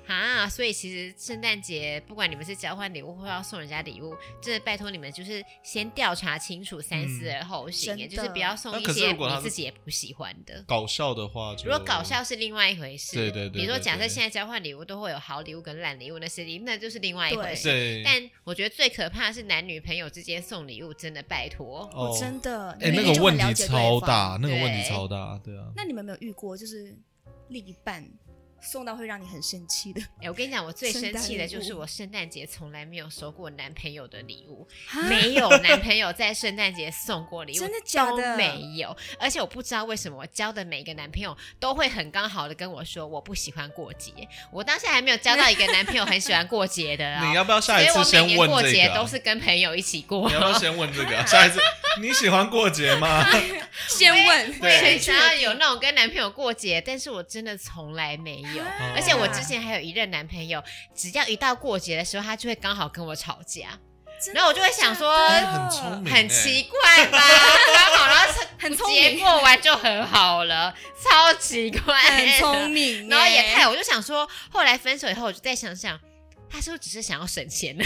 S2: 啊，所以其实圣诞节不管你们是交换礼物或要送人家礼物，真的拜托你们就是先调查清楚，三思
S3: 嗯
S2: 而后行，
S1: 真
S2: 也
S1: 的
S2: 就是不要送
S3: 那
S2: 一
S3: 可是
S2: 些
S3: 如果他
S2: 你
S3: 是
S2: 自己也不喜欢的。
S3: 搞笑的话就，
S2: 如果搞笑是另外一回事，
S3: 对对对对
S2: 比如说，假设
S3: 对
S2: 现在交换礼物都会有好礼物跟烂礼物，那是另那就是另外一回
S1: 对
S2: 事。
S3: 对，
S2: 但我觉得最可怕的是男女朋友之间送礼物，真的拜托。
S1: 哦
S3: 哦，，
S1: 真的，
S3: 哎，
S1: 你
S3: 那
S1: 们
S3: 个
S1: 就
S3: 问
S1: 很了
S3: 题
S1: 解对
S3: 超
S1: 方
S3: 大，。那个
S2: 对
S3: 问题超大，对啊，
S1: 那你们有没有遇过，就是另一半送到会让你很生气的？
S2: 哎、我跟你讲，我最生气的就是
S1: 圣诞礼物
S2: 我圣诞节从来没有收过男朋友的礼物，没有男朋友在圣诞节送过
S1: 啊
S2: 礼物，
S1: 真的假的
S2: 都没有。而且我不知道为什么我交的每一个男朋友都会很刚好的跟我说我不喜欢过节，我当下还没有交到一个男朋友很喜欢过节的啊、
S3: 你要不要下一次
S2: 所以我每
S3: 先
S2: 年
S3: 问
S2: 过
S3: 这
S2: 节
S3: 个
S2: 都
S3: 啊？
S2: 是跟朋友一起过
S3: 你。要不要先问这个啊？ 下一次你喜欢过节吗？哎
S1: 先 问，
S2: 我也很
S3: 对
S2: 想要有那种跟男朋友过节，但是我真的从来没
S1: 啊
S2: 有。
S3: 哦
S2: 而且我之前还有一任男朋友，只要一到过节的时候，他就会刚好跟我吵架，
S1: 真的
S2: 然后我就会想说
S1: 假
S3: 哎
S1: 的
S3: 很聪明，
S2: 很奇，怪 吧？刚好，然后
S1: 很聪
S2: 结
S1: 明，
S2: 过完就和好 了，超奇怪，
S1: 很聪。
S3: 欸
S1: 明，
S2: 然后也
S1: 哎
S2: 太，我就想说，后来分手以后，我就再想想，他是不是只是想要省钱呢？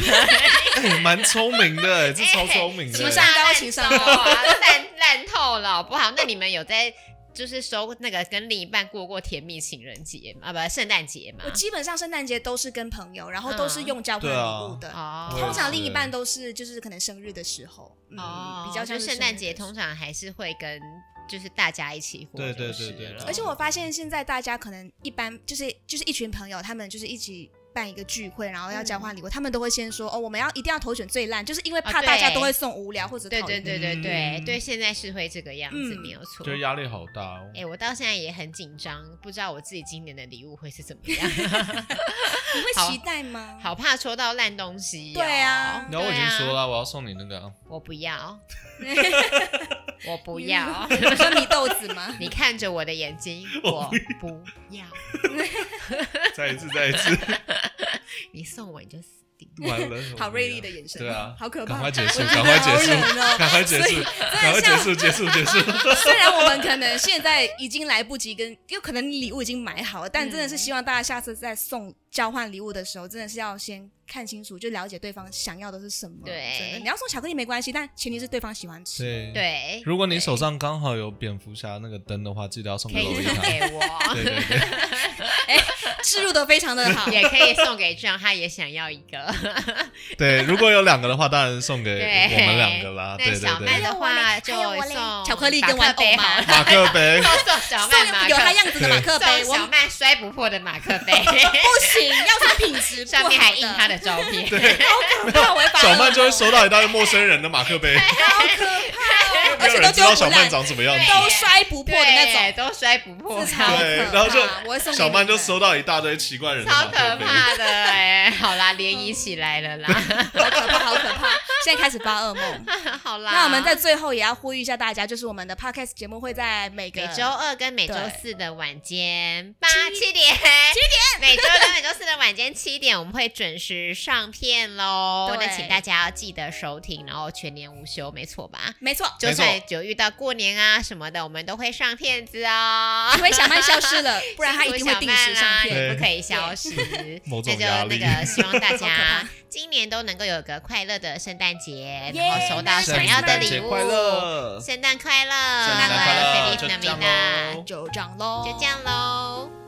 S3: 哎，蛮聪明的，哎这超聪 明
S1: 什么
S3: 的。
S1: 上高情商高
S2: 啊，烂烂透了，好不好？那你们有在就是收那个跟另一半过过甜蜜情人节吗啊？不，圣诞节吗
S1: 我？基本上圣诞节都是跟朋友，然后都
S2: 嗯
S1: 是用交换
S3: 对啊
S1: 礼物的。
S2: 哦
S1: 通常另一半
S3: 对
S1: 都是就是可能生日的时候，嗯，
S2: 哦，
S1: 比较
S2: 就
S1: 像是
S2: 圣诞节，
S1: 生日的时候
S2: 通常还是会跟就是大家一起过，
S3: 对对
S2: 就是
S3: 对对
S2: 了
S3: 对
S1: 而且我发现现在大家可能一般就是就是一群朋友，他们就是一起办一个聚会，然后要交换礼物，他们都会先说哦，我们要一定要投选最烂，就是因为
S2: 啊
S1: 怕
S2: 对
S1: 大家都会送无聊或者
S2: 对
S1: 讨
S2: 对
S1: 厌。
S2: 对对对
S3: 嗯
S2: 对，现在是会这个样子，
S1: 嗯
S2: 没有错。
S3: 就压力好大哦。
S2: 哎、我到现在也很紧张，不知道我自己今年的礼物会是怎么样，
S1: 你
S2: 好
S1: 会期待吗？
S2: 好怕抽到烂东西、哦。
S1: 对啊
S3: 然后我已经
S2: 对
S3: 说
S2: 啊，
S3: 了，我要送你那个啊，
S2: 我不 要，我不要。
S1: 你说米豆子吗？
S2: 你看着我的眼睛，我不要。
S3: 再一次，再一次，
S2: 你送我你就死定了。
S3: 完了，
S1: 好锐利的眼神，
S3: 对啊
S1: 好可怕，
S3: 赶快结束
S1: 我觉得
S3: 赶快结
S1: 好
S3: 束
S1: 冷哦
S3: 赶快结束，赶快结束，结束，结束。
S1: 虽然我们可能现在已经来不及跟，有可能你礼物已经买好了，但真的是希望大家下次在送交换礼物的时候，真的是要先看清楚，就了解对方想要的是什么。
S2: 对
S1: 真的你要送巧克力没关系，但前提是对方喜欢吃。
S3: 对，
S2: 对，
S3: 如果你手上刚好有蝙蝠侠那个灯的话，记得要送
S2: 可
S3: 给
S2: 以
S3: 洛丽
S2: 送
S3: 塔。
S2: 给我，
S3: 对对对，
S1: 置入的非常的 好。
S2: 也可以送给这样，他也想要一个。
S3: 对，如果有两个的话，当然是送给
S2: 对，
S3: 我们两个啦。对
S2: 那小
S3: 对
S2: 麦
S3: 对，
S2: 的话就
S1: 还有我嘞还有
S2: 送
S1: 我嘞巧克力跟
S2: 马
S1: 玩
S2: 克杯
S1: 偶
S2: 好
S1: 吗
S2: 了，
S3: 马克 杯，
S2: 送小
S1: 送
S2: 麦马克，
S1: 有他样子的马克杯，
S2: 送
S1: 我
S2: 小麦摔不破的马 克杯，
S1: 不行，要是品质不好
S2: 上面还印他
S1: 的，
S2: 的照片。
S1: 好可怕，我会发
S3: 小曼
S1: 恶
S3: 就会
S1: 梦
S3: 收到一大堆陌生人的马克杯，
S1: 好可怕哦，
S3: 没
S1: 而
S3: 有
S1: 且都
S3: 人知
S1: 丢
S3: 道
S1: 不
S3: 小曼
S1: 烂，
S3: 长什么样子。
S1: 都摔不 破的那
S2: 对，
S1: 种。
S2: 都摔不破，
S1: 是
S2: 超
S1: 超
S3: 对
S1: 可怕
S3: 然后就
S1: 我会送给
S3: 小曼
S1: 你们
S3: 就收到一大堆奇怪人的马
S2: 超可
S3: 克杯。
S2: 怕的哎！好啦，联谊起来了 啦，
S1: 好可怕，好可怕！现在开始发噩梦。
S2: 好啦。
S1: 那我们在最后也要呼吁一下大家，就是我们的 podcast 节目会在每个
S2: 每周二跟每周四的晚间八七点，七点，每周二跟每周四的晚间七点，我们会准时上片喽。
S1: 对
S2: 那请大家要记得收听，然后全年无休，没错吧？
S1: 没错，
S2: 就
S3: 没错
S2: 算有遇到过年啊什么的，我们都会上片子 哦。
S1: 因为小曼消失 了，不然她一定会定时上
S2: 辛苦小曼啊啦也
S1: 片。
S3: 对
S2: 不可以消失。
S3: 某
S2: 那
S3: 种
S2: 就
S3: 压
S2: 那
S3: 力
S2: 个，希望大
S1: 好可
S2: 家
S1: 怕
S2: 今年都能够有个快乐的圣诞节，
S1: 耶
S2: 然后收到
S1: 圣
S2: 想要的
S1: 诞
S2: 礼
S1: 节
S2: 物。
S3: 快乐，
S2: 圣诞快乐，
S3: 圣
S1: 诞快乐
S2: ，Feliz
S3: 就这样
S2: Navidad
S3: 咯
S1: 就这样喽，
S2: 就这样喽。